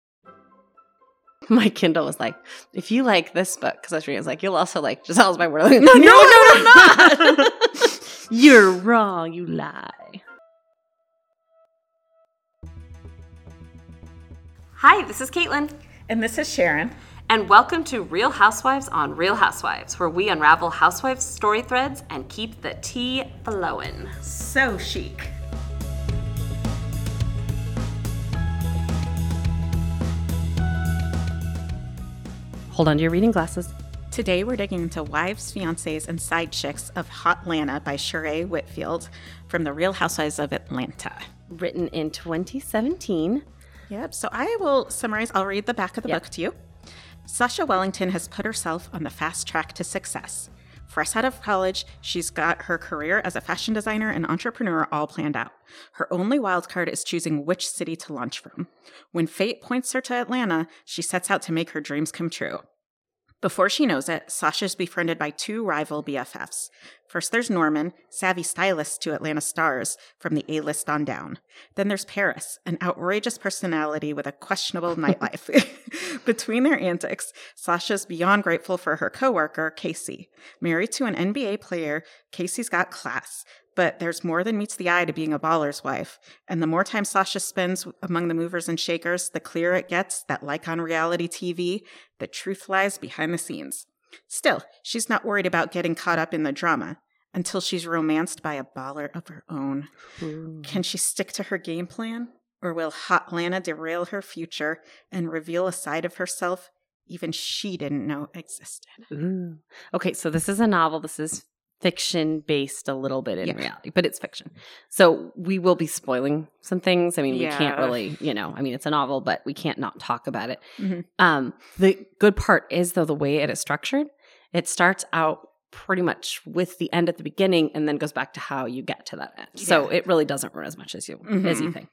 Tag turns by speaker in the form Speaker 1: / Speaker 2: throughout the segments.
Speaker 1: my Kindle was like, if you like this book, because I was reading, it's like, you'll also like Giselle's by Word. Like, no, no, no, no, no.
Speaker 2: You're wrong, you lie.
Speaker 3: Hi, this is Caitlin,
Speaker 4: And this is Sharon.
Speaker 3: and welcome to Real Housewives on Real Housewives, where we unravel housewives' story threads and keep the tea flowing.
Speaker 4: So chic.
Speaker 1: Hold on to your reading glasses.
Speaker 4: Today we're digging into Wives, Fiancés, and Side Chicks of Hotlanta by Sheree Whitfield from The Real Housewives of Atlanta.
Speaker 1: Written in 2017.
Speaker 4: Yep, so I will summarize. I'll read the back of the book to you. Sasha Wellington has put herself on the fast track to success. Fresh out of college, she's got her career as a fashion designer and entrepreneur all planned out. Her only wild card is choosing which city to launch from. When fate points her to Atlanta, she sets out to make her dreams come true. Before she knows it, Sasha's befriended by two rival BFFs. First, there's Norman, savvy stylist to Atlanta stars from the A list on down. Then there's Paris, an outrageous personality with a questionable nightlife. Between their antics, Sasha's beyond grateful for her coworker, Casey. Married to an NBA player, Casey's got class, but there's more than meets the eye to being a baller's wife. And the more time Sasha spends among the movers and shakers, the clearer it gets that, like on reality TV, the truth lies behind the scenes. Still, she's not worried about getting caught up in the drama until she's romanced by a baller of her own. Can she stick to her game plan? Or will Hot Lana derail her future and reveal a side of herself even she didn't know existed?
Speaker 1: Ooh. Okay, so this is a novel. This is fiction based a little bit in
Speaker 4: Yeah.
Speaker 1: reality, but it's fiction. So we will be spoiling some things. I mean, we can't
Speaker 4: Yeah.
Speaker 1: really, you know, I mean, it's a novel, but we can't not talk about it.
Speaker 4: Mhm.
Speaker 1: Um, the good part is, though, the way it is structured, it starts out pretty much with the end at the beginning and then goes back to how you get to that end. So it really doesn't ruin as much as you as you
Speaker 4: Mhm.
Speaker 1: think.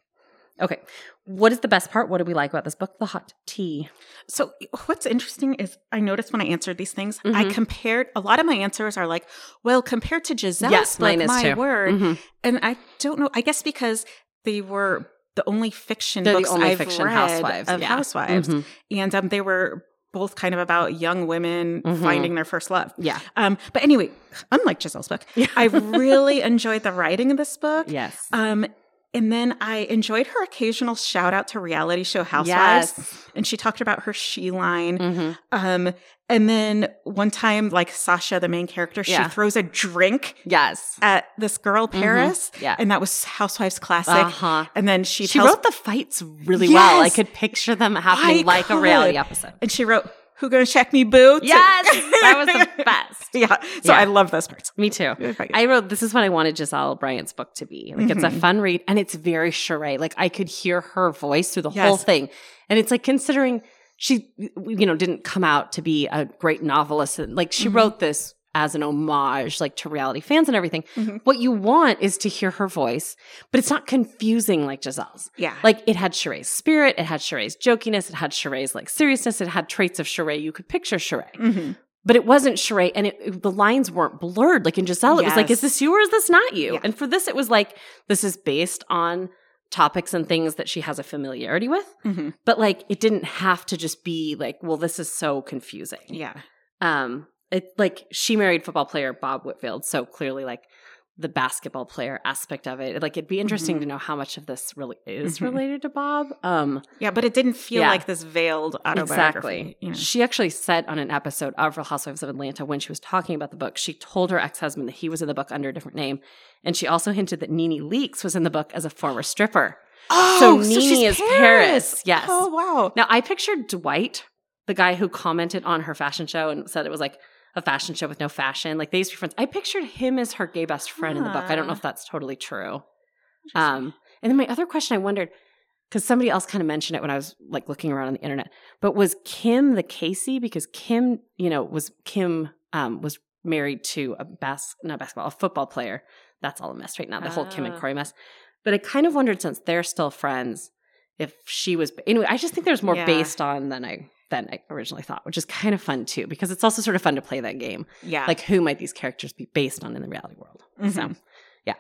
Speaker 1: Okay. What is the best part? What do we like about this book? The hot tea.
Speaker 4: So, what's interesting is I noticed when I answered these things, I
Speaker 1: Mhm.
Speaker 4: compared a lot of my answers are like, well, compared to Giselle's,
Speaker 1: Yes,
Speaker 4: like,
Speaker 1: mine is
Speaker 4: my
Speaker 1: too.
Speaker 4: word.
Speaker 1: Mhm.
Speaker 4: And I don't know, I guess because they were the only fiction
Speaker 1: They're the
Speaker 4: books
Speaker 1: only
Speaker 4: I've
Speaker 1: fiction
Speaker 4: read
Speaker 1: housewives,
Speaker 4: of
Speaker 1: yeah.
Speaker 4: housewives.
Speaker 1: Mhm.
Speaker 4: And um, they were both kind of about young women
Speaker 1: Mhm.
Speaker 4: finding their first love.
Speaker 1: Yeah.
Speaker 4: Um, but anyway, unlike Giselle's book, I really enjoyed the writing of this book.
Speaker 1: Yes.
Speaker 4: Um, and then I enjoyed her occasional shout out to reality show housewives.
Speaker 1: Yes.
Speaker 4: And she talked about her she line.
Speaker 1: Mhm.
Speaker 4: Um, and then one time, like Sasha, the main character, she
Speaker 1: Yeah.
Speaker 4: throws a drink
Speaker 1: Yes.
Speaker 4: at this girl, Paris.
Speaker 1: Yeah.
Speaker 4: And that was Housewives Classic.
Speaker 1: Uh-huh.
Speaker 4: And then she,
Speaker 1: She
Speaker 4: tells,
Speaker 1: wrote the fights really well. I
Speaker 4: Yes.
Speaker 1: could picture them happening
Speaker 4: I
Speaker 1: like a reality
Speaker 4: could.
Speaker 1: episode.
Speaker 4: and she wrote, Who Gonna Check Me, Boo? to-
Speaker 1: Yes. that was the best.
Speaker 4: yeah. So
Speaker 1: Yeah.
Speaker 4: I love those parts.
Speaker 1: Me too.
Speaker 4: It was quite good.
Speaker 1: I wrote this is what I wanted Giselle Bryant's book to be. Like it's a
Speaker 4: Mm-hmm.
Speaker 1: fun read and it's very charade. Like I could hear her voice through the whole
Speaker 4: Yes.
Speaker 1: thing. And it's like considering she you know didn't come out to be a great novelist and like she
Speaker 4: Mm-hmm.
Speaker 1: wrote this as an homage like to reality fans and everything.
Speaker 4: Mhm.
Speaker 1: What you want is to hear her voice, but it's not confusing like Giselle's.
Speaker 4: Yeah.
Speaker 1: Like it had Sheree's spirit, it had Sheree's jokiness, it had Sheree's like seriousness, it had traits of Sheree. You could picture Sheree
Speaker 4: Mhm.
Speaker 1: but it wasn't charade and it, it- the lines weren't blurred like in giselle it was like
Speaker 4: Yes.
Speaker 1: is this you or is this not you
Speaker 4: Yeah.
Speaker 1: and for this it was like this is based on topics and things that she has a familiarity with
Speaker 4: Mhm.
Speaker 1: but like it didn't have to just be like well this is so confusing
Speaker 4: Yeah.
Speaker 1: um it like she married football player bob whitfield so clearly like the basketball player aspect of it like it'd be interesting
Speaker 4: Mhm.
Speaker 1: to know how much of this really is
Speaker 4: Mhm.
Speaker 1: related to bob um
Speaker 4: Yeah. But it didn't feel
Speaker 1: Yeah.
Speaker 4: like this veiled autobiography.
Speaker 1: Exactly.
Speaker 4: you know.
Speaker 1: She actually said on an episode of Real Housewives of Atlanta when she was talking about the book, she told her ex husband that he was in the book under a different name. And she also hinted that Nene Leakes was in the book as a former stripper.
Speaker 4: Oh,
Speaker 1: Nene
Speaker 4: she's
Speaker 1: is Paris, yes.
Speaker 4: Oh, wow.
Speaker 1: Now, I pictured Dwight, the guy who commented on her fashion show and said it was like a fashion show with no fashion. Like they used to be friends. I pictured him as her gay best friend in the book. I don't know
Speaker 4: Ah.
Speaker 1: if that's totally true. Um, and then my other question I wondered, because somebody else kind of mentioned it when I was like looking around on the internet, but was Kim the Casey? Because Kim, you know, was Kim um, was married to a bas- not basketball, a football player. That's all a mess right now, the whole Kim and
Speaker 4: Ah.
Speaker 1: Corey mess. But I kind of wondered since they're still friends, if she was anyway, I just think there's more
Speaker 4: Yeah.
Speaker 1: based on than I than I originally thought, which is kind of fun too, because it's also sort of fun to play that game.
Speaker 4: yeah.
Speaker 1: Like who might these characters be based on in the reality world?
Speaker 4: Mhm.
Speaker 1: So, yeah.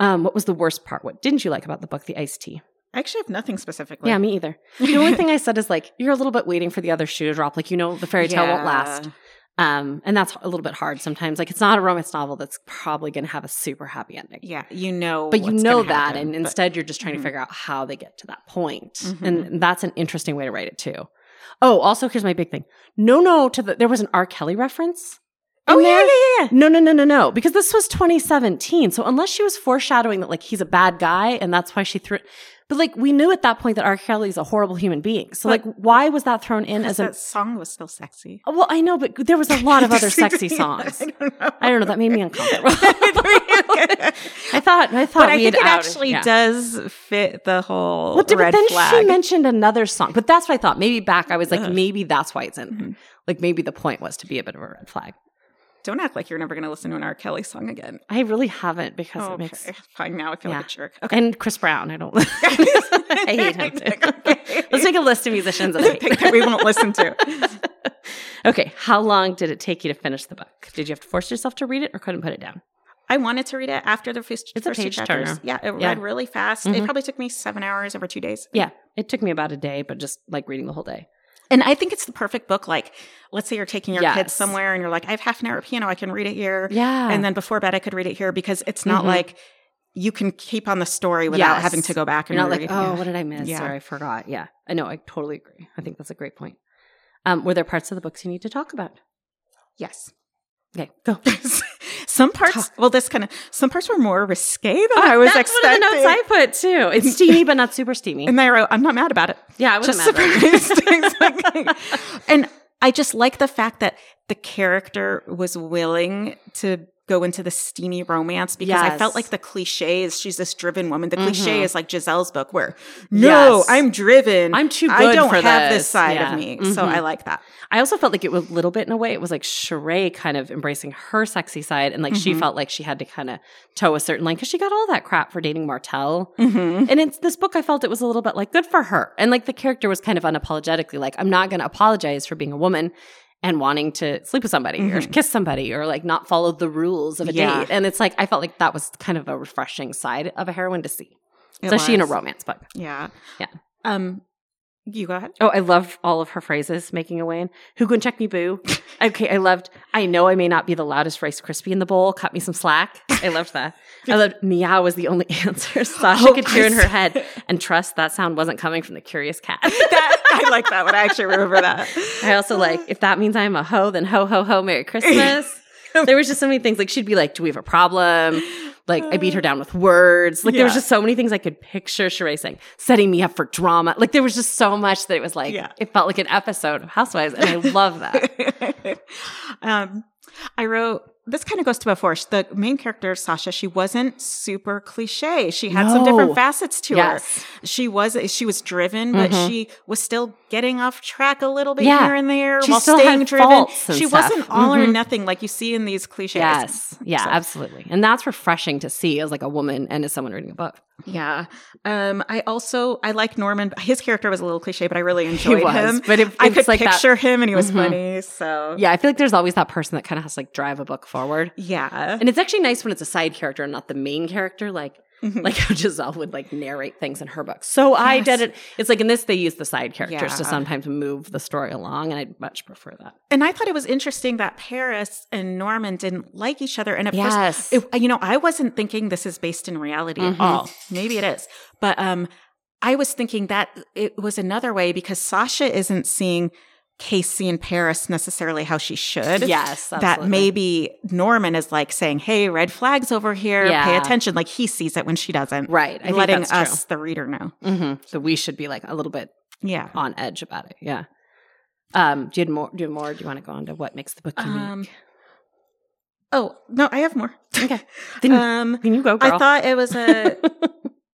Speaker 1: Um, what was the worst part? What didn't you like about the book, The Iced Tea?
Speaker 4: I actually have nothing specifically.
Speaker 1: Yeah, me either. The only thing I said is like, you're a little bit waiting for the other shoe to drop. Like, you know, the fairy tale won't last. Um, and that's a little bit hard sometimes. Like, it's not a romance novel that's probably going to have a super happy ending.
Speaker 4: Yeah, you know.
Speaker 1: But you
Speaker 4: what's
Speaker 1: know
Speaker 4: gonna
Speaker 1: that,
Speaker 4: happen,
Speaker 1: and
Speaker 4: but-
Speaker 1: instead you're just trying
Speaker 4: Mhm.
Speaker 1: to figure out how they get to that point,
Speaker 4: Mhm.
Speaker 1: and that's an interesting way to write it too. Oh, also here's my big thing: no, no, to the there was an R. Kelly reference.
Speaker 4: Oh,
Speaker 1: in
Speaker 4: yeah,
Speaker 1: there.
Speaker 4: yeah, yeah, yeah.
Speaker 1: No, no, no, no, no. Because this was 2017. So unless she was foreshadowing that like he's a bad guy and that's why she threw But like we knew at that point that R. Kelly's a horrible human being. So
Speaker 4: But-
Speaker 1: like why was that thrown in as a
Speaker 4: that song was still sexy.
Speaker 1: Well, I know, but there was a lot of other sexy
Speaker 4: Yeah,
Speaker 1: songs.
Speaker 4: I don't know.
Speaker 1: I don't know, that made me uncomfortable. I thought I thought
Speaker 4: but I
Speaker 1: we
Speaker 4: think
Speaker 1: had
Speaker 4: it
Speaker 1: outed-
Speaker 4: actually
Speaker 1: yeah.
Speaker 4: does fit the whole
Speaker 1: Well, but
Speaker 4: red
Speaker 1: then
Speaker 4: flag.
Speaker 1: she mentioned another song, but that's what I thought. Maybe back, I was like,
Speaker 4: Ugh.
Speaker 1: maybe that's why it's in there.
Speaker 4: Mhm.
Speaker 1: Like, maybe the point was to be a bit of a red flag.
Speaker 4: don't act like you're never going to listen to an R. Kelly song again.
Speaker 1: I really haven't because
Speaker 4: okay.
Speaker 1: it makes
Speaker 4: Fine, now I feel like
Speaker 1: Yeah.
Speaker 4: a jerk. Okay.
Speaker 1: and Chris Brown. I don't. I hate him. Too. Let's make a list of musicians that I hate.
Speaker 4: Pick that we won't listen to.
Speaker 1: Okay, how long did it take you to finish the book? Did you have to force yourself to read it, or couldn't put it down?
Speaker 4: I wanted to read it after the first,
Speaker 1: It's a
Speaker 4: first two
Speaker 1: page
Speaker 4: chapters.
Speaker 1: turner.
Speaker 4: Yeah, it
Speaker 1: Yeah.
Speaker 4: read really fast. It
Speaker 1: Mhm.
Speaker 4: probably took me seven hours over two days.
Speaker 1: Yeah, it took me about a day, but just like reading the whole day.
Speaker 4: And I think it's the perfect book. Like, let's say you're taking your kids
Speaker 1: Yes.
Speaker 4: somewhere and you're like, I have half an hour of piano, I can read it here.
Speaker 1: Yeah,
Speaker 4: And then before bed, I could read it here because it's not
Speaker 1: Mhm.
Speaker 4: like you can keep on the story without
Speaker 1: Yes.
Speaker 4: having to go back and
Speaker 1: You're not
Speaker 4: read
Speaker 1: like,
Speaker 4: it.
Speaker 1: oh, what did I miss?
Speaker 4: Yeah.
Speaker 1: Or I forgot. Yeah. I know. I totally agree. I think that's a great point. Um, were there parts of the books you need to talk about?
Speaker 4: Yes.
Speaker 1: Okay, go.
Speaker 4: some parts,
Speaker 1: Talk. Oh,
Speaker 4: well, this kind of, some parts were more risque than I was
Speaker 1: that's
Speaker 4: expecting.
Speaker 1: one of the notes I put too. It's steamy, but not super steamy.
Speaker 4: and I wrote, I'm not mad about it.
Speaker 1: yeah, I wasn't mad
Speaker 4: just
Speaker 1: about it.
Speaker 4: surprised. Exactly. and I just like the fact that the character was willing to go into the steamy romance because I felt
Speaker 1: Yes.
Speaker 4: like the cliche is she's this driven woman. The cliche
Speaker 1: Mhm.
Speaker 4: is like Giselle's book where no,
Speaker 1: Yes.
Speaker 4: I'm driven.
Speaker 1: I'm too
Speaker 4: I
Speaker 1: good
Speaker 4: don't
Speaker 1: for
Speaker 4: have this,
Speaker 1: this."
Speaker 4: side
Speaker 1: Yeah.
Speaker 4: of me. So
Speaker 1: Mhm.
Speaker 4: I like that.
Speaker 1: I also felt like it was a little bit in a way. It was like Sheree kind of embracing her sexy side, and like she
Speaker 4: Mhm.
Speaker 1: felt like she had to kind of toe a certain line because she got all that crap for dating Martell.
Speaker 4: Mm-hmm.
Speaker 1: And it's this book I felt it was a little bit like good for her. And like the character was kind of unapologetically like, I'm not going to apologize for being a woman and wanting to sleep with somebody or
Speaker 4: Mhm.
Speaker 1: kiss somebody or like not follow the rules of a
Speaker 4: Yeah.
Speaker 1: date. And it's like, I felt like that was kind of a refreshing side of a heroine to see, especially in a romance book.
Speaker 4: Yeah.
Speaker 1: Yeah.
Speaker 4: Um, you go ahead.
Speaker 1: Oh, I loved all of her phrases making a way in. Who can check me, boo? okay, I loved, I know I may not be the loudest Rice Krispie in the bowl. Cut me some slack. I loved that. I loved meow was the only answer. Sasha
Speaker 4: Oh,
Speaker 1: could hear in
Speaker 4: I
Speaker 1: her
Speaker 4: saw-
Speaker 1: head and trust that sound wasn't coming from the curious cat.
Speaker 4: That, I like that one. I actually remember that.
Speaker 1: I also like, if that means I'm a hoe, then ho, ho, ho, Merry Christmas. there was just so many things. Like, she'd be like, Do we have a problem? Like, I beat her down with words. Like, there was
Speaker 4: Yeah.
Speaker 1: just so many things I could picture Sheree saying, setting me up for drama. Like, there was just so much that it was like,
Speaker 4: Yeah.
Speaker 1: it felt like an episode of Housewives. And I love that.
Speaker 4: um, I wrote this kind of goes to before the main character Sasha. She wasn't super cliche. She had some different
Speaker 1: No.
Speaker 4: facets to
Speaker 1: Yes.
Speaker 4: her. She was she was driven, but
Speaker 1: Mhm.
Speaker 4: she was still getting off track a little bit
Speaker 1: Yeah.
Speaker 4: here and there
Speaker 1: She
Speaker 4: while
Speaker 1: still
Speaker 4: staying
Speaker 1: had
Speaker 4: driven.
Speaker 1: faults and
Speaker 4: She
Speaker 1: stuff.
Speaker 4: wasn't all or
Speaker 1: Mhm.
Speaker 4: nothing like you see in these cliches.
Speaker 1: Yes. Yeah,
Speaker 4: So-
Speaker 1: absolutely. And that's refreshing to see as like a woman and as someone reading a book.
Speaker 4: Yeah. Um, I also I like Norman. His character was a little cliche, but I really enjoyed
Speaker 1: was,
Speaker 4: him.
Speaker 1: but it-
Speaker 4: I
Speaker 1: it's
Speaker 4: could
Speaker 1: like that-
Speaker 4: picture him, and he was
Speaker 1: Mhm.
Speaker 4: funny. So
Speaker 1: Yeah, I feel like there's always that person that kind of has to like drive a book forward.
Speaker 4: yeah.
Speaker 1: And it's actually nice when it's a side character and not the main character. Like,
Speaker 4: Mhm.
Speaker 1: like how Giselle would like narrate things in her books. So I did it. It's like in this they use the side characters to
Speaker 4: Yeah.
Speaker 1: sometimes move the story along, and I'd much prefer that.
Speaker 4: And I thought it was interesting that Paris and Norman didn't like each other. And at
Speaker 1: Yes.
Speaker 4: first, it, you know, I wasn't thinking this is based in reality at
Speaker 1: Mhm.
Speaker 4: all. Maybe it is, but um, I was thinking that it was another way because Sasha isn't seeing Casey and Paris necessarily how she should.
Speaker 1: Yes,
Speaker 4: That
Speaker 1: absolutely.
Speaker 4: maybe Norman is like saying, "Hey, red flags over here. Pay
Speaker 1: Yeah.
Speaker 4: attention." Like he sees it when she doesn't,
Speaker 1: Right, I
Speaker 4: letting
Speaker 1: think that's
Speaker 4: us, the reader, know.
Speaker 1: true. Mhm. So we should be like a little bit
Speaker 4: Yeah.
Speaker 1: on edge about it. Yeah. Um, do you have more? Do you have more? Do you want to go on to what makes the book unique?
Speaker 4: Um, oh no, I have more.
Speaker 1: Okay. Then,
Speaker 4: um,
Speaker 1: then you go, girl.
Speaker 4: I thought it was a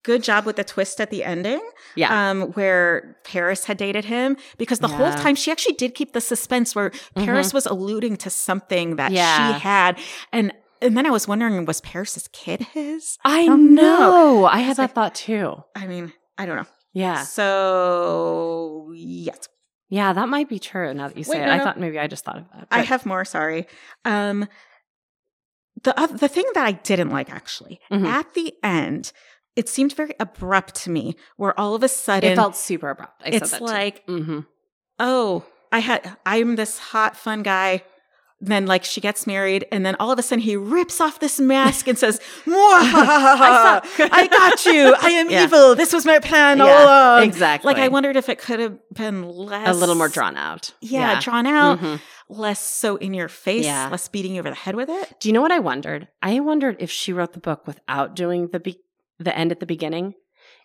Speaker 4: good job with the twist at the ending,
Speaker 1: yeah.
Speaker 4: um, where Paris had dated him because the whole
Speaker 1: Yeah. Mm-hmm.
Speaker 4: time she actually did keep the suspense where Paris was alluding to something that
Speaker 1: Yeah.
Speaker 4: she had, and and then I was wondering was Paris's kid his?
Speaker 1: I
Speaker 4: don't know.
Speaker 1: know. I had
Speaker 4: It's like-
Speaker 1: that thought too.
Speaker 4: I mean, I don't know.
Speaker 1: Yeah.
Speaker 4: So yes,
Speaker 1: Yeah, that might be true now that you say
Speaker 4: Wait,
Speaker 1: it.
Speaker 4: no,
Speaker 1: I
Speaker 4: no.
Speaker 1: thought maybe I just thought of that.
Speaker 4: I
Speaker 1: but-
Speaker 4: have more. Sorry. Um, the oth- the thing that I didn't like actually
Speaker 1: Mhm.
Speaker 4: at the end, it seemed very abrupt to me, where all of a sudden
Speaker 1: it felt super abrupt. I
Speaker 4: it's
Speaker 1: said that
Speaker 4: like,
Speaker 1: too. Mm-hmm.
Speaker 4: oh, I had I'm this hot, fun guy. Then like she gets married, and then all of a sudden he rips off this mask and says, I, I got you. I am
Speaker 1: Yeah.
Speaker 4: evil. This was my plan all
Speaker 1: yeah,
Speaker 4: along.
Speaker 1: exactly.
Speaker 4: Like I wondered if it could have been less
Speaker 1: a little more drawn out.
Speaker 4: Yeah, drawn out,
Speaker 1: Mhm.
Speaker 4: less so in your face,
Speaker 1: Yeah.
Speaker 4: less beating you over the head with it.
Speaker 1: Do you know what I wondered? I wondered if she wrote the book without doing the be- the end at the beginning,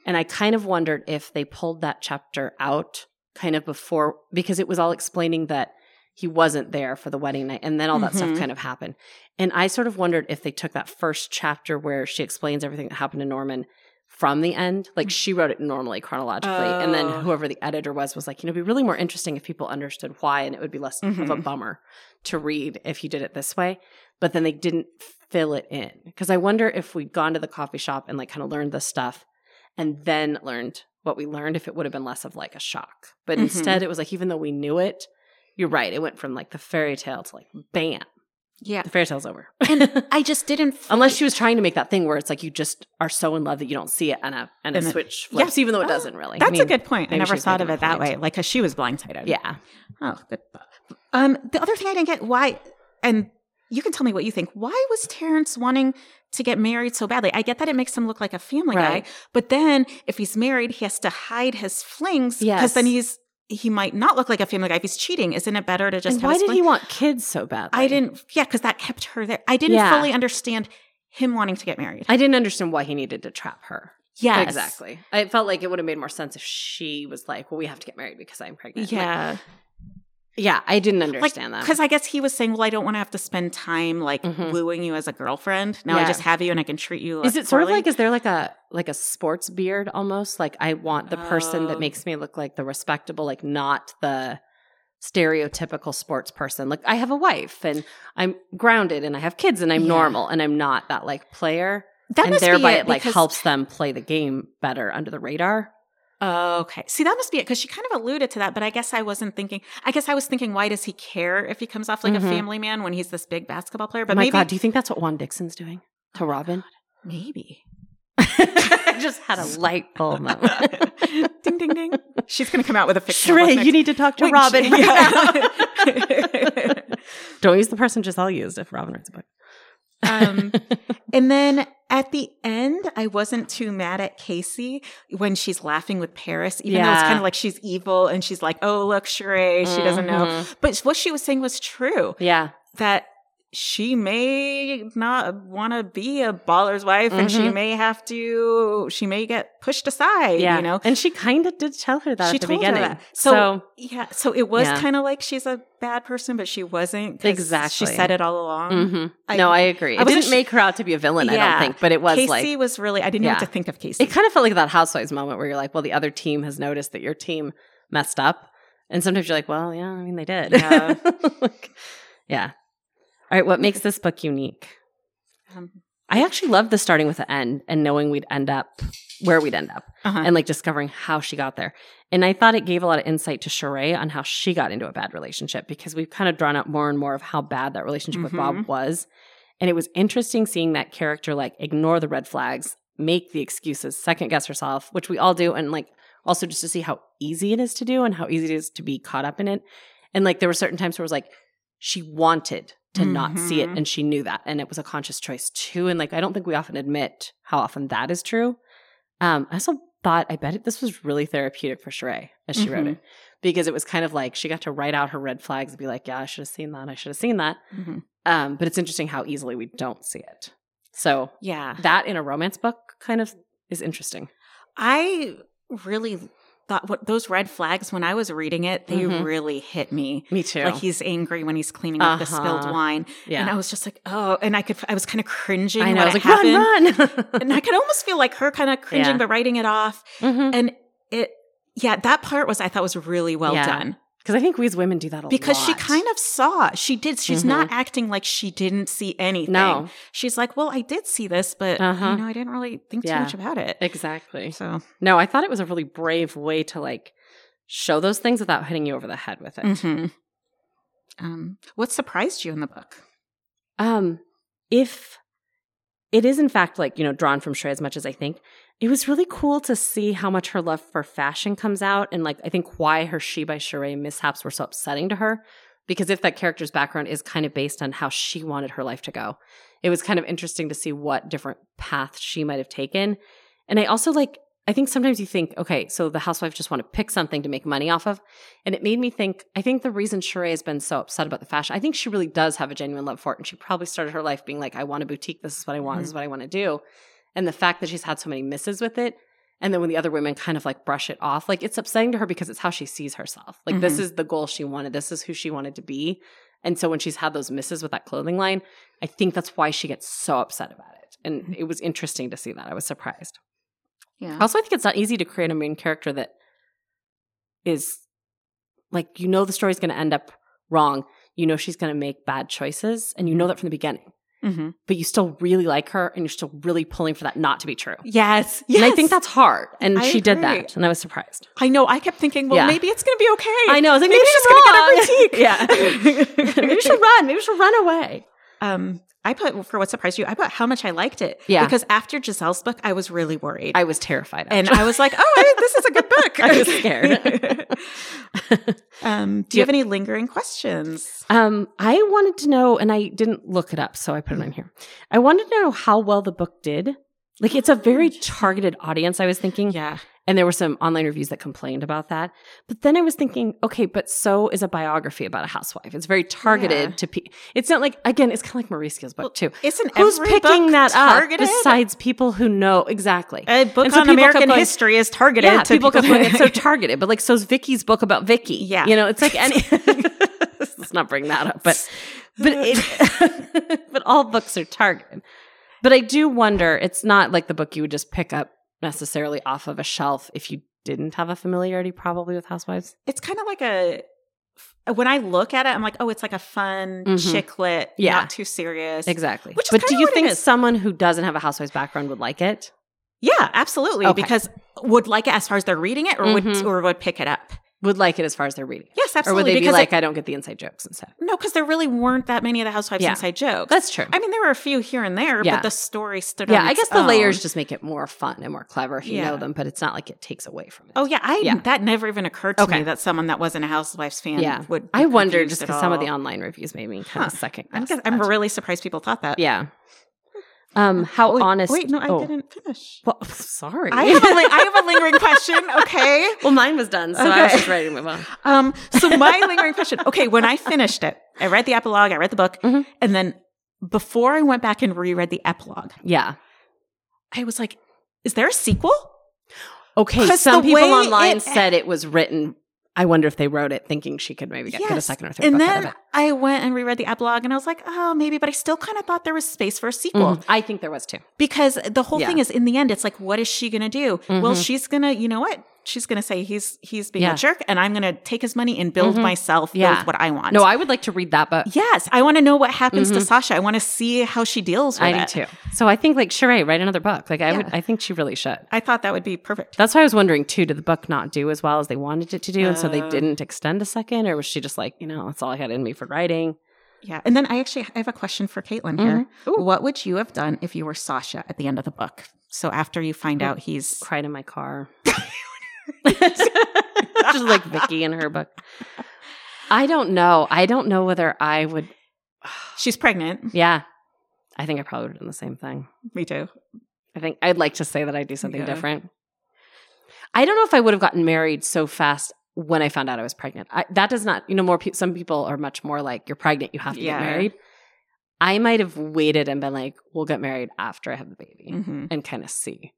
Speaker 1: and I kind of wondered if they pulled that chapter out kind of before because it was all explaining that he wasn't there for the wedding night, and then all that
Speaker 4: Mhm.
Speaker 1: stuff kind of happened. And I sort of wondered if they took that first chapter where she explains everything that happened to Norman from the end, like she wrote it normally chronologically, and then
Speaker 4: Oh.
Speaker 1: whoever the editor was was like, you know, it'd be really more interesting if people understood why, and it would be less of a
Speaker 4: Mhm.
Speaker 1: bummer to read if you did it this way but then they didn't fill it in because i wonder if we'd gone to the coffee shop and like kind of learned this stuff and then learned what we learned if it would have been less of like a shock but
Speaker 4: Mhm.
Speaker 1: instead it was like even though we knew it you're right it went from like the fairy tale to like bam
Speaker 4: Yeah.
Speaker 1: the fairy tale's over
Speaker 4: I just didn't feel
Speaker 1: unless she was trying to make that thing where it's like you just are so in love that you don't see it and a and a
Speaker 4: And it-
Speaker 1: switch flips even though it
Speaker 4: Oh,
Speaker 1: doesn't really
Speaker 4: That's
Speaker 1: I mean,
Speaker 4: a good point. I
Speaker 1: maybe
Speaker 4: never
Speaker 1: she's
Speaker 4: thought of
Speaker 1: making
Speaker 4: it
Speaker 1: a
Speaker 4: that
Speaker 1: point.
Speaker 4: way. Like, cause she was blindsided.
Speaker 1: yeah
Speaker 4: Oh, good. Um, the other thing I didn't get why, and you can tell me what you think. Why was Terrence wanting to get married so badly? I get that it makes him look like a family
Speaker 1: Right.
Speaker 4: guy, but then if he's married, he has to hide his flings because
Speaker 1: Yes.
Speaker 4: then he's he might not look like a family guy if he's cheating. Isn't it better to just?
Speaker 1: and
Speaker 4: have
Speaker 1: why
Speaker 4: his
Speaker 1: did
Speaker 4: fling-
Speaker 1: he want kids so badly
Speaker 4: I didn't. Yeah, because that kept her there. I didn't
Speaker 1: Yeah.
Speaker 4: fully understand him wanting to get married.
Speaker 1: i didn't understand why he needed to trap her
Speaker 4: yes,
Speaker 1: Exactly. I felt like it would have made more sense if she was like, well, we have to get married because I'm pregnant. Like,
Speaker 4: Yeah.
Speaker 1: yeah, I didn't
Speaker 4: like
Speaker 1: understand that.
Speaker 4: because I guess he was saying, "Well, I don't want to have to spend time like
Speaker 1: Mhm.
Speaker 4: wooing you as a girlfriend. Now I
Speaker 1: Yeah.
Speaker 4: just have you, and I can treat you."
Speaker 1: Is it sort of
Speaker 4: poorly."
Speaker 1: like, is there like a like a sports beard almost? Like I want the person
Speaker 4: Oh.
Speaker 1: that makes me look like the respectable, like not the stereotypical sports person. Like I have a wife and I'm grounded and I have kids and I'm
Speaker 4: Yeah.
Speaker 1: normal and I'm not that like player.
Speaker 4: that
Speaker 1: and
Speaker 4: must
Speaker 1: thereby
Speaker 4: be it,
Speaker 1: it like
Speaker 4: because-
Speaker 1: helps them play the game better under the radar.
Speaker 4: Oh, okay. See, that must be it because she kind of alluded to that, but I guess I wasn't thinking. I guess I was thinking, why does he care if he comes off like a
Speaker 1: Mhm.
Speaker 4: family man when he's this big basketball player? But
Speaker 1: oh my
Speaker 4: maybe,
Speaker 1: god, do you think that's what Juan Dixon's doing to Robin?
Speaker 4: maybe.
Speaker 1: I just had a light bulb moment.
Speaker 4: ding ding ding. She's gonna come out with a picture. of what's
Speaker 1: Shrey,
Speaker 4: next.
Speaker 1: you need to talk to
Speaker 4: Wait,
Speaker 1: Robin.
Speaker 4: she-
Speaker 1: right now.
Speaker 4: yeah.
Speaker 1: Don't use the person Giselle used if Robin writes a book.
Speaker 4: um, and then at the end, I wasn't too mad at Casey when she's laughing with Paris, even though it's
Speaker 1: Yeah.
Speaker 4: kind of like she's evil and she's like, "Oh, look, Sheree, she doesn't know."
Speaker 1: Mm-hmm.
Speaker 4: But what she was saying was true.
Speaker 1: Yeah.
Speaker 4: that she may not want to be a baller's wife and she
Speaker 1: Mhm.
Speaker 4: may have to she may get pushed aside
Speaker 1: Yeah.
Speaker 4: you know
Speaker 1: And she kind of did tell her that
Speaker 4: She
Speaker 1: at the
Speaker 4: told her
Speaker 1: beginning.
Speaker 4: that. So-
Speaker 1: So,
Speaker 4: yeah so it was
Speaker 1: Yeah.
Speaker 4: kind of like she's a bad person but she wasn't 'cause she
Speaker 1: Exactly.
Speaker 4: said it all along
Speaker 1: Mhm.
Speaker 4: I-
Speaker 1: no, I agree.
Speaker 4: I
Speaker 1: it
Speaker 4: wasn't
Speaker 1: didn't
Speaker 4: sh-
Speaker 1: make her out to be a villain, I
Speaker 4: Yeah.
Speaker 1: don't think, but it was
Speaker 4: casey
Speaker 1: like.
Speaker 4: was really i didn't know what
Speaker 1: Yeah.
Speaker 4: to think of casey
Speaker 1: It kind of felt like that Housewives moment where you're like, well, the other team has noticed that your team messed up. And sometimes you're like, well, yeah, I mean, they did.
Speaker 4: Yeah.
Speaker 1: Like, yeah. All right. What makes this book unique?
Speaker 4: um,
Speaker 1: I actually loved the starting with the end and knowing we'd end up where we'd end up
Speaker 4: uh-huh.
Speaker 1: and like discovering how she got there. And I thought it gave a lot of insight to Sheree on how she got into a bad relationship because we've kind of drawn out more and more of how bad that relationship with
Speaker 4: Mhm.
Speaker 1: Bob was. And it was interesting seeing that character like ignore the red flags, make the excuses, second guess herself, which we all do. And like also just to see how easy it is to do and how easy it is to be caught up in it. And like there were certain times where it was like she wanted to not see it
Speaker 4: Mhm.
Speaker 1: and she knew that. And it was a conscious choice too. And like I don't think we often admit how often that is true. Um, I also thought, I bet it, this was really therapeutic for Sheree as she wrote
Speaker 4: Mhm.
Speaker 1: it because it was kind of like she got to write out her red flags and be like, yeah, I should have seen that. I should have seen that.
Speaker 4: Mhm.
Speaker 1: Um, but it's interesting how easily we don't see it. So
Speaker 4: yeah
Speaker 1: that in a romance book kind of is interesting.
Speaker 4: i really thought what those red flags when i was reading it they
Speaker 1: Mhm.
Speaker 4: really hit me
Speaker 1: Me too.
Speaker 4: like he's angry when he's cleaning up the spilled
Speaker 1: Uh-huh.
Speaker 4: wine
Speaker 1: yeah.
Speaker 4: And I was just like, oh, and I could, I was kind of cringing.
Speaker 1: I know.
Speaker 4: when
Speaker 1: I was like,
Speaker 4: it happened.
Speaker 1: run, run.
Speaker 4: And I could almost feel like her kind of cringing,
Speaker 1: Yeah.
Speaker 4: but writing it off.
Speaker 1: Because
Speaker 4: And it, yeah, that part was, I thought was really well
Speaker 1: Yeah.
Speaker 4: done
Speaker 1: I think we as women do that a
Speaker 4: because
Speaker 1: lot. Mm-hmm.
Speaker 4: she kind of saw, she did, she's not acting like she didn't see anything.
Speaker 1: No.
Speaker 4: She's like, well, I did see this, but
Speaker 1: Uh-huh.
Speaker 4: you know, I didn't really think
Speaker 1: Yeah.
Speaker 4: too much about it.
Speaker 1: Exactly.
Speaker 4: So,
Speaker 1: No, I thought it was a really brave way to like show those things without hitting you over the head with it.
Speaker 4: mhm. um, what surprised you in the book?
Speaker 1: Um, if it is in fact like you know drawn from Shrey as much as I think, it was really cool to see how much her love for fashion comes out and like I think why her She by Sheree mishaps were so upsetting to her. Because if that character's background is kind of based on how she wanted her life to go, it was kind of interesting to see what different path she might have taken. And I also like, I think sometimes you think, okay, so the housewife just want to pick something to make money off of. And it made me think, I think the reason Sheree has been so upset about the fashion, I think she really does have a genuine love for it. And she probably started her life being like, I want a boutique. This is what I want. This is what I want to do and the fact that she's had so many misses with it and then when the other women kind of like brush it off like it's upsetting to her because it's how she sees herself like this
Speaker 4: Mhm.
Speaker 1: is the goal she wanted this is who she wanted to be and so when she's had those misses with that clothing line i think that's why she gets so upset about it and it was interesting to see that i was surprised
Speaker 4: Yeah.
Speaker 1: also i think it's not easy to create a main character that is like you know the story's going to end up wrong you know she's going to make bad choices and you know that from the beginning
Speaker 4: Mm-hmm.
Speaker 1: but you still really like her and you're still really pulling for that not to be true
Speaker 4: Yes.
Speaker 1: and I think that's hard. And
Speaker 4: I
Speaker 1: she did
Speaker 4: agree.
Speaker 1: that. And I was surprised.
Speaker 4: I know. I kept thinking, well,
Speaker 1: Yeah.
Speaker 4: maybe it's going to be okay.
Speaker 1: I know. I was like, maybe,
Speaker 4: Maybe she's
Speaker 1: I'm wrong. yeah. maybe she'll run. Maybe she'll run away.
Speaker 4: Um, I put for what surprised you. I put how much I liked it.
Speaker 1: Yeah.
Speaker 4: Because after Giselle's book, I was really worried,
Speaker 1: I was terrified.
Speaker 4: and
Speaker 1: And
Speaker 4: I was like, oh, I- this is a good book.
Speaker 1: I was scared.
Speaker 4: um, do you have any lingering questions?
Speaker 1: um, I wanted to know, and I didn't look it up, so I put it on here. I wanted to know how well the book did. Like, it's a very targeted audience, I was thinking.
Speaker 4: Oh Yeah.
Speaker 1: And there were some online reviews that complained about that. But then I was thinking, okay, but so is a biography about a housewife. It's very targeted
Speaker 4: Yeah.
Speaker 1: to people. It's not like, again, it's kind of like Mauricio's book, too.
Speaker 4: Isn't
Speaker 1: Who's
Speaker 4: every
Speaker 1: picking
Speaker 4: book
Speaker 1: that up
Speaker 4: targeted?
Speaker 1: besides people who know exactly?
Speaker 4: a book
Speaker 1: And so
Speaker 4: on
Speaker 1: people
Speaker 4: American
Speaker 1: kept going-
Speaker 4: history is targeted
Speaker 1: yeah,
Speaker 4: to
Speaker 1: people,
Speaker 4: people
Speaker 1: kept going, it's so targeted, but like so's Vicky's book about Vicky.
Speaker 4: Yeah.
Speaker 1: you know, it's like any. Let's not bring that up, but but it, but all books are targeted. But I do wonder, it's not like the book you would just pick up necessarily off of a shelf if you didn't have a familiarity probably with housewives.
Speaker 4: it's kind of like a uh, when I look at it, I'm like, oh, it's like a fun
Speaker 1: Mhm.
Speaker 4: chick lit,
Speaker 1: Yeah.
Speaker 4: not too serious.
Speaker 1: Exactly.
Speaker 4: Which is
Speaker 1: but do
Speaker 4: kinda
Speaker 1: you
Speaker 4: what it
Speaker 1: think
Speaker 4: is.
Speaker 1: someone who doesn't have a housewives background would like it?
Speaker 4: Yeah, absolutely.
Speaker 1: Okay.
Speaker 4: Because would like it as far as they're reading it, or would
Speaker 1: Mhm.
Speaker 4: or would pick it up.
Speaker 1: Would like it as far as they're reading. it?
Speaker 4: Yes,
Speaker 1: Or would
Speaker 4: absolutely.
Speaker 1: they be
Speaker 4: because
Speaker 1: like,
Speaker 4: it,
Speaker 1: I don't get the inside jokes and stuff?
Speaker 4: no, because there really weren't that many of the housewives
Speaker 1: Yeah.
Speaker 4: inside jokes.
Speaker 1: That's true.
Speaker 4: I mean, there were a few here and there,
Speaker 1: Yeah.
Speaker 4: but the story stood.
Speaker 1: yeah,
Speaker 4: on
Speaker 1: I
Speaker 4: its
Speaker 1: guess the
Speaker 4: own.
Speaker 1: layers just make it more fun and more clever if you
Speaker 4: Yeah.
Speaker 1: know them, but it's not like it takes away from it.
Speaker 4: Oh yeah, I
Speaker 1: Yeah.
Speaker 4: that never even occurred to
Speaker 1: Okay.
Speaker 4: me that someone that wasn't a housewives fan
Speaker 1: yeah.
Speaker 4: Um, would. be
Speaker 1: I wonder
Speaker 4: confused
Speaker 1: just
Speaker 4: at
Speaker 1: because some of
Speaker 4: all.
Speaker 1: the online reviews made me kind
Speaker 4: Huh.
Speaker 1: of second.
Speaker 4: I'm,
Speaker 1: guess
Speaker 4: guess, I'm
Speaker 1: that.
Speaker 4: really surprised people thought that.
Speaker 1: yeah. Um, how
Speaker 4: Wait,
Speaker 1: honest?
Speaker 4: Wait, no, I
Speaker 1: oh.
Speaker 4: didn't finish.
Speaker 1: Well, sorry.
Speaker 4: I have a li- I have a lingering question. Okay.
Speaker 1: well, mine was done, so I was
Speaker 4: Okay.
Speaker 1: just ready to move on.
Speaker 4: Um, so my lingering question. Okay, when I finished it, I read the epilogue, I read the book,
Speaker 1: Mhm.
Speaker 4: and then before I went back and reread the epilogue,
Speaker 1: Yeah.
Speaker 4: I was like, is there a sequel?
Speaker 1: Okay.
Speaker 4: 'Cause
Speaker 1: Some
Speaker 4: the
Speaker 1: people
Speaker 4: way
Speaker 1: online
Speaker 4: it-
Speaker 1: said it was written. I wonder if they wrote it thinking she could maybe get, get a
Speaker 4: Yes.
Speaker 1: second or third
Speaker 4: And
Speaker 1: book out of
Speaker 4: then
Speaker 1: it.
Speaker 4: I went and reread the epilogue and I was like, oh, maybe, but I still kind of thought there was space for a sequel
Speaker 1: Mhm. I think there was too.
Speaker 4: because the whole
Speaker 1: Yeah.
Speaker 4: thing is in the end, it's like, what is she going to do? Well,
Speaker 1: Mhm.
Speaker 4: she's going to, you know what? She's going to say he's, he's being
Speaker 1: Yeah.
Speaker 4: a jerk and I'm going to take his money and build
Speaker 1: Mhm.
Speaker 4: myself,
Speaker 1: Yeah.
Speaker 4: build what I want.
Speaker 1: No, I would like to read that book.
Speaker 4: yes. I want to know what happens to
Speaker 1: Mhm.
Speaker 4: Sasha. I want to see how she deals with
Speaker 1: I
Speaker 4: it.
Speaker 1: do too. So I think like Sheree, write another book. Like I
Speaker 4: Yeah.
Speaker 1: would, I think she really should.
Speaker 4: I thought that would be perfect.
Speaker 1: That's why I was wondering too. Did the book not do as well as they wanted it to do, and so they
Speaker 4: Oh.
Speaker 1: didn't extend a second, or was she just like, you know, that's all I had in me for writing?
Speaker 4: Yeah. And then I actually I have a question for Caitlin here.
Speaker 1: Mm-hmm. Ooh.
Speaker 4: What would you have done if you were Sasha at the end of the book? So after you find out he's
Speaker 1: Cried in my car, just like Vicky in her book. I don't know. I don't know whether I would.
Speaker 4: she's pregnant.
Speaker 1: Yeah, I think I probably would have done the same thing.
Speaker 4: Me too.
Speaker 1: I think I'd like to say that I do something
Speaker 4: Yeah.
Speaker 1: different. I don't know if I would have gotten married so fast when I found out I was pregnant. I, that does not, you know, more people, some people are much more like, you're pregnant, you have to
Speaker 4: Yeah.
Speaker 1: get married. I might have waited and been like, we'll get married after I have the baby
Speaker 4: hmm
Speaker 1: and kind of see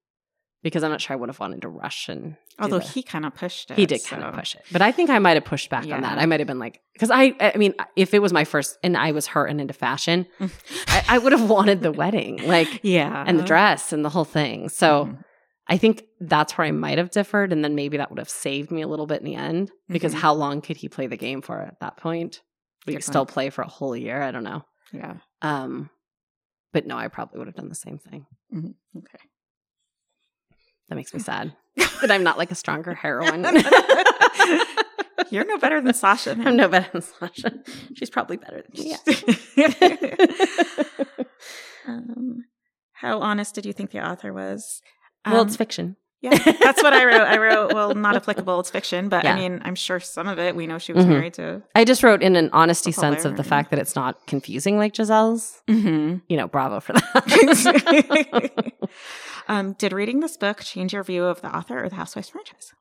Speaker 1: because I'm not sure I would have wanted to rush and. do
Speaker 4: Although
Speaker 1: the-
Speaker 4: he kind of pushed it.
Speaker 1: he did kind
Speaker 4: so-
Speaker 1: of push it, but I think I might have pushed back
Speaker 4: Yeah.
Speaker 1: on that. I might have been like, because I, I mean, if it was my first and I was hurt and into fashion,
Speaker 4: Mm.
Speaker 1: I, I would have wanted the wedding. Like,
Speaker 4: Yeah.
Speaker 1: and the dress and the whole thing. So
Speaker 4: Mhm.
Speaker 1: I think that's where I might have differed. And then maybe that would have saved me a little bit in the end because
Speaker 4: Mhm.
Speaker 1: how long could he play the game for at that point? We
Speaker 4: Good
Speaker 1: could still play for a whole year. I don't know.
Speaker 4: Yeah.
Speaker 1: Um, but no, I probably would have done the same thing.
Speaker 4: Mm-hmm. Okay.
Speaker 1: That makes me sad that I'm not like a stronger heroine.
Speaker 4: You're no better than Sasha.
Speaker 1: I'm
Speaker 4: man.
Speaker 1: no better than Sasha. She's probably better than me.
Speaker 4: um, how honest did you think the author was?
Speaker 1: well,
Speaker 4: Um,
Speaker 1: it's fiction.
Speaker 4: yeah, that's what I wrote. I wrote, well, not applicable. It's fiction, but
Speaker 1: Yeah.
Speaker 4: I mean, I'm sure some of it we know she was
Speaker 1: Mhm.
Speaker 4: married to.
Speaker 1: I just wrote in an honesty sense of the
Speaker 4: Hilarious.
Speaker 1: fact that it's not confusing like Giselle's.
Speaker 4: Mm-hmm.
Speaker 1: You know, bravo for that.
Speaker 4: um, did reading this book change your view of the author or the Housewives franchise?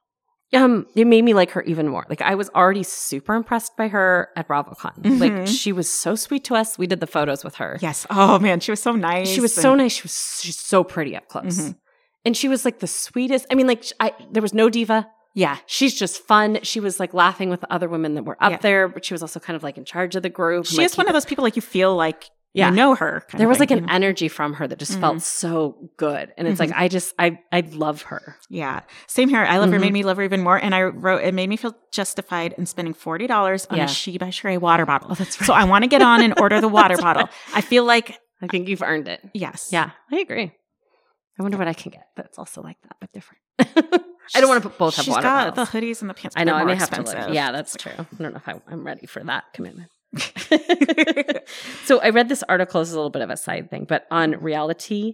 Speaker 1: um, it made me like her even more. Like I was already super impressed by her at BravoCon. Like
Speaker 4: Mhm.
Speaker 1: she was so sweet to us. We did the photos with her.
Speaker 4: Yes. Oh man, she was so nice.
Speaker 1: She was so nice. She was she's so pretty up close.
Speaker 4: Mhm.
Speaker 1: And she was like the sweetest. I mean, like sh- I there was no diva.
Speaker 4: Yeah.
Speaker 1: She's just fun. She was like laughing with the other women that were up
Speaker 4: Yeah.
Speaker 1: there, but she was also kind of like in charge of the group. and,
Speaker 4: She
Speaker 1: like,
Speaker 4: is one of those people like you feel like
Speaker 1: Yeah.
Speaker 4: you know her. kind
Speaker 1: there
Speaker 4: of
Speaker 1: was like
Speaker 4: thing, Mm-hmm.
Speaker 1: an
Speaker 4: you know?
Speaker 1: energy from her that just felt so good. And it's like I just I I love her.
Speaker 4: yeah. Same here. I love her.
Speaker 1: Mhm.
Speaker 4: Made me love her even more. And I wrote it made me feel justified in spending forty dollars on
Speaker 1: Yeah. Oh,
Speaker 4: a She by Sheree water bottle. that's right. So I want to get on and order the water bottle. I feel like
Speaker 1: I think you've earned it.
Speaker 4: yes.
Speaker 1: Yeah, I agree. I wonder what I can get that's also like that but different. I don't want to put both have
Speaker 4: She's
Speaker 1: water
Speaker 4: got
Speaker 1: bottles.
Speaker 4: the hoodies and the pants.
Speaker 1: I know
Speaker 4: but
Speaker 1: I
Speaker 4: they're
Speaker 1: may
Speaker 4: more
Speaker 1: have to.
Speaker 4: expensive.
Speaker 1: Look. Yeah, that's true. I don't know if I, I'm ready for that commitment. so I read this article as a little bit of a side thing, but on reality,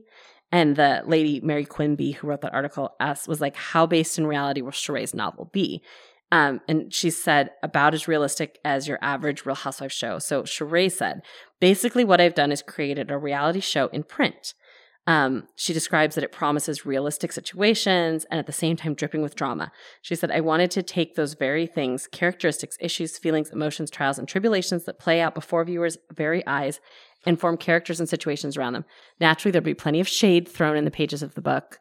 Speaker 1: and the lady Mary Quimby who wrote that article asked was like, "How based in reality will Sheree's novel be?" Um, and she said, "About as realistic as your average Real Housewife show." So Sheree said, "Basically, what I've done is created a reality show in print." Um, she describes that it promises realistic situations and at the same time dripping with drama. She said, I wanted to take those very things, characteristics, issues, feelings, emotions, trials, and tribulations that play out before viewers' very eyes and form characters and situations around them. Naturally, there'd be plenty of shade thrown in the pages of the book.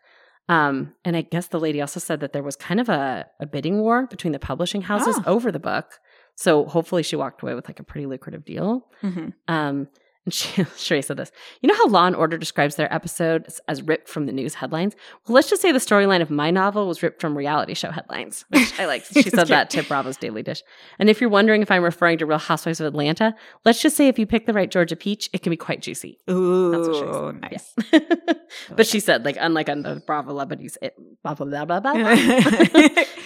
Speaker 1: Um, and I guess the lady also said that there was kind of a, a bidding war between the publishing houses
Speaker 4: Oh.
Speaker 1: over the book. So hopefully she walked away with like a pretty lucrative deal.
Speaker 4: Mhm.
Speaker 1: Um, and she, Sheree said this. You know how Law and Order describes their episodes as ripped from the news headlines? Well, let's just say the storyline of my novel was ripped from reality show headlines, which I like. She
Speaker 4: It's
Speaker 1: said
Speaker 4: true.
Speaker 1: that to Bravo's Daily Dish. And if you're wondering if I'm referring to Real Housewives of Atlanta, let's just say if you pick the right Georgia peach, it can be quite juicy.
Speaker 4: Ooh,
Speaker 1: what she said.
Speaker 4: nice.
Speaker 1: Yes. but she said, like, unlike on the Bravo Lebanese, it, blah, blah, blah, blah, blah.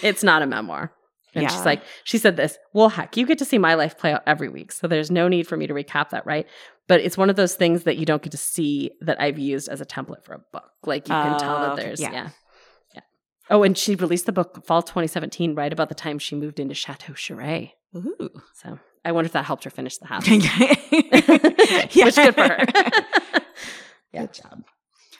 Speaker 1: it's not a memoir. And she's
Speaker 4: Yeah.
Speaker 1: like, she said this, well, heck, you get to see my life play out every week. So there's no need for me to recap that, right? But it's one of those things that you don't get to see that I've used as a template for a book. Like you can tell
Speaker 4: Oh,
Speaker 1: that
Speaker 4: okay.
Speaker 1: there's, yeah.
Speaker 4: Yeah.
Speaker 1: yeah. Oh, and she released the book fall 2017, right about the time she moved into Chateau Charest.
Speaker 4: Ooh.
Speaker 1: So I wonder if that helped her finish the house.
Speaker 4: yeah.
Speaker 1: Which good for her. yeah.
Speaker 4: Good job.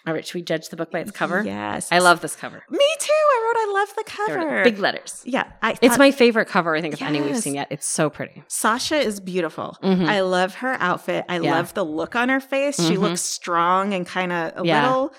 Speaker 1: All right. Should we judge the book by its cover?
Speaker 4: Yes.
Speaker 1: I love this cover.
Speaker 4: Me too. I wrote I love the
Speaker 1: There it is.
Speaker 4: cover.
Speaker 1: Big letters.
Speaker 4: yeah. I
Speaker 1: It's
Speaker 4: it's
Speaker 1: my favorite cover, I think, of any we've
Speaker 4: Uh, Yes.
Speaker 1: seen yet. It's so pretty.
Speaker 4: Sasha is beautiful.
Speaker 1: Mhm.
Speaker 4: I love her outfit. I
Speaker 1: Yeah.
Speaker 4: love the look on her face. She
Speaker 1: Mhm.
Speaker 4: looks strong and kind of a
Speaker 1: Yeah.
Speaker 4: little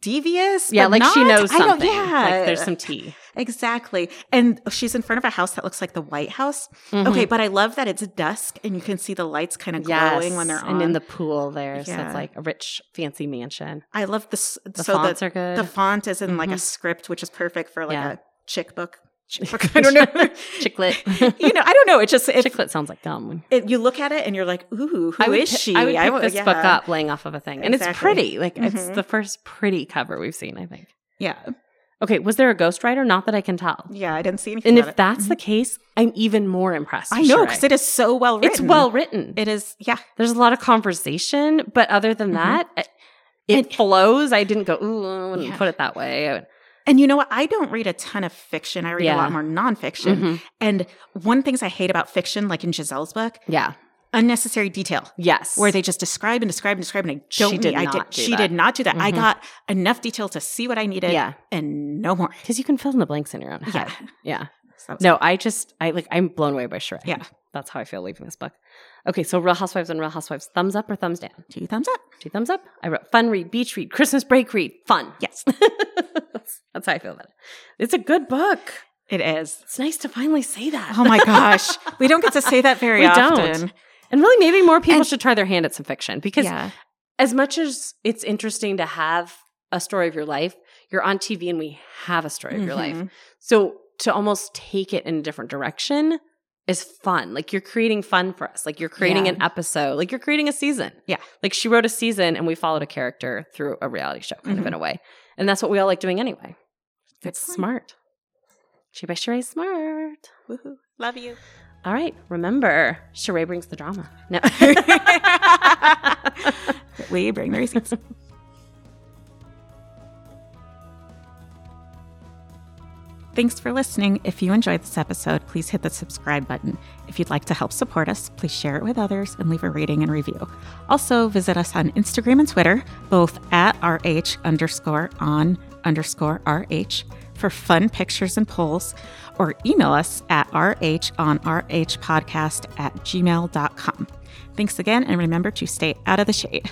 Speaker 4: devious.
Speaker 1: Yeah,
Speaker 4: but
Speaker 1: like she
Speaker 4: not.
Speaker 1: knows
Speaker 4: I don't-
Speaker 1: something.
Speaker 4: yeah.
Speaker 1: Like there's some tea.
Speaker 4: Exactly. And she's in front of a house that looks like the White House. Okay,
Speaker 1: Mm-hmm.
Speaker 4: but I love that it's dusk and you can see the lights kind of glowing when they're on.
Speaker 1: And in the pool there. So
Speaker 4: Yeah.
Speaker 1: it's like a rich, fancy mansion.
Speaker 4: I love this.
Speaker 1: The
Speaker 4: so
Speaker 1: fonts
Speaker 4: the,
Speaker 1: are good.
Speaker 4: the font is in like a
Speaker 1: Mhm.
Speaker 4: script, which is perfect for like
Speaker 1: Yeah.
Speaker 4: a chick book. Chick book. I don't know.
Speaker 1: Chiclet.
Speaker 4: you know, I don't know. It just it,
Speaker 1: Chiclet sounds like gum.
Speaker 4: it, you look at it and you're like, ooh, who is
Speaker 1: I would, pi-
Speaker 4: she?
Speaker 1: I would pick
Speaker 4: wa-
Speaker 1: this
Speaker 4: yeah.
Speaker 1: book up laying off of a thing. And it's
Speaker 4: Exactly.
Speaker 1: pretty. Like it's
Speaker 4: Mhm.
Speaker 1: the first pretty cover we've seen, I think.
Speaker 4: Yeah,
Speaker 1: Okay, was there a ghostwriter? Not that I can tell.
Speaker 4: yeah. I didn't see anything.
Speaker 1: And if
Speaker 4: about it. Mm-hmm.
Speaker 1: that's the case, I'm even more impressed.
Speaker 4: I know
Speaker 1: Sheree.
Speaker 4: because it is so well written.
Speaker 1: it's well written.
Speaker 4: It is. Yeah.
Speaker 1: There's a lot of conversation, but other than
Speaker 4: Mhm.
Speaker 1: that, it, Mm-hmm. it flows. I didn't go, ooh, I wouldn't
Speaker 4: Yeah.
Speaker 1: put it that way. I would-
Speaker 4: And you know what? I don't read a ton of fiction. I read
Speaker 1: Yeah.
Speaker 4: a lot more nonfiction.
Speaker 1: Mhm.
Speaker 4: And one things I hate about fiction, like in Giselle's book,
Speaker 1: Yeah.
Speaker 4: unnecessary detail.
Speaker 1: Yes.
Speaker 4: where they just describe and describe and describe, and I don't.
Speaker 1: She did
Speaker 4: need- I
Speaker 1: not do
Speaker 4: She
Speaker 1: that.
Speaker 4: did not do that. I
Speaker 1: Mhm.
Speaker 4: got enough detail to see what I needed,
Speaker 1: Yeah.
Speaker 4: and no more.
Speaker 1: Because you can fill in the blanks in your own head.
Speaker 4: Yeah.
Speaker 1: Yeah.
Speaker 4: So-
Speaker 1: No, I just I like I'm blown away by Sheree.
Speaker 4: Yeah.
Speaker 1: That's how I feel leaving this book. Okay, so Real Housewives and Real Housewives, thumbs up or thumbs down?
Speaker 4: Two thumbs up.
Speaker 1: Two thumbs up. I wrote fun read, beach read, Christmas break read, fun.
Speaker 4: Yes,
Speaker 1: that's, that's how I feel about it. It's a good book.
Speaker 4: it is.
Speaker 1: It's nice to finally say that.
Speaker 4: Oh my gosh, we don't get to say that very
Speaker 1: We don't.
Speaker 4: often.
Speaker 1: And really, maybe more people
Speaker 4: And-
Speaker 1: should try their hand at some fiction because
Speaker 4: Yeah,
Speaker 1: as much as it's interesting to have a story of your life, you're on TV and we have a story of your life.
Speaker 4: Mhm.
Speaker 1: So to almost take it in a different direction is fun. Like you're creating fun for us. Like you're creating
Speaker 4: Yeah.
Speaker 1: an episode. Like you're creating a season.
Speaker 4: Yeah.
Speaker 1: Like she wrote a season and we followed a character through a reality show, kind of
Speaker 4: Mhm.
Speaker 1: in a way. And that's what we all like doing anyway.
Speaker 4: Good
Speaker 1: it's
Speaker 4: point.
Speaker 1: smart. She by Sheree is smart.
Speaker 4: Woohoo. Love you.
Speaker 1: All right. Remember, Sheree brings the drama. No.
Speaker 4: we bring the receipts. Thanks for listening. If you enjoyed this episode, please hit the subscribe button. If you'd like to help support us, please share it with others and leave a rating and review. Also, visit us on Instagram and Twitter, both at RH underscore on underscore RH for fun pictures and polls, or email us at RH on RH podcast at gmail.com. Thanks again, and remember to stay out of the shade.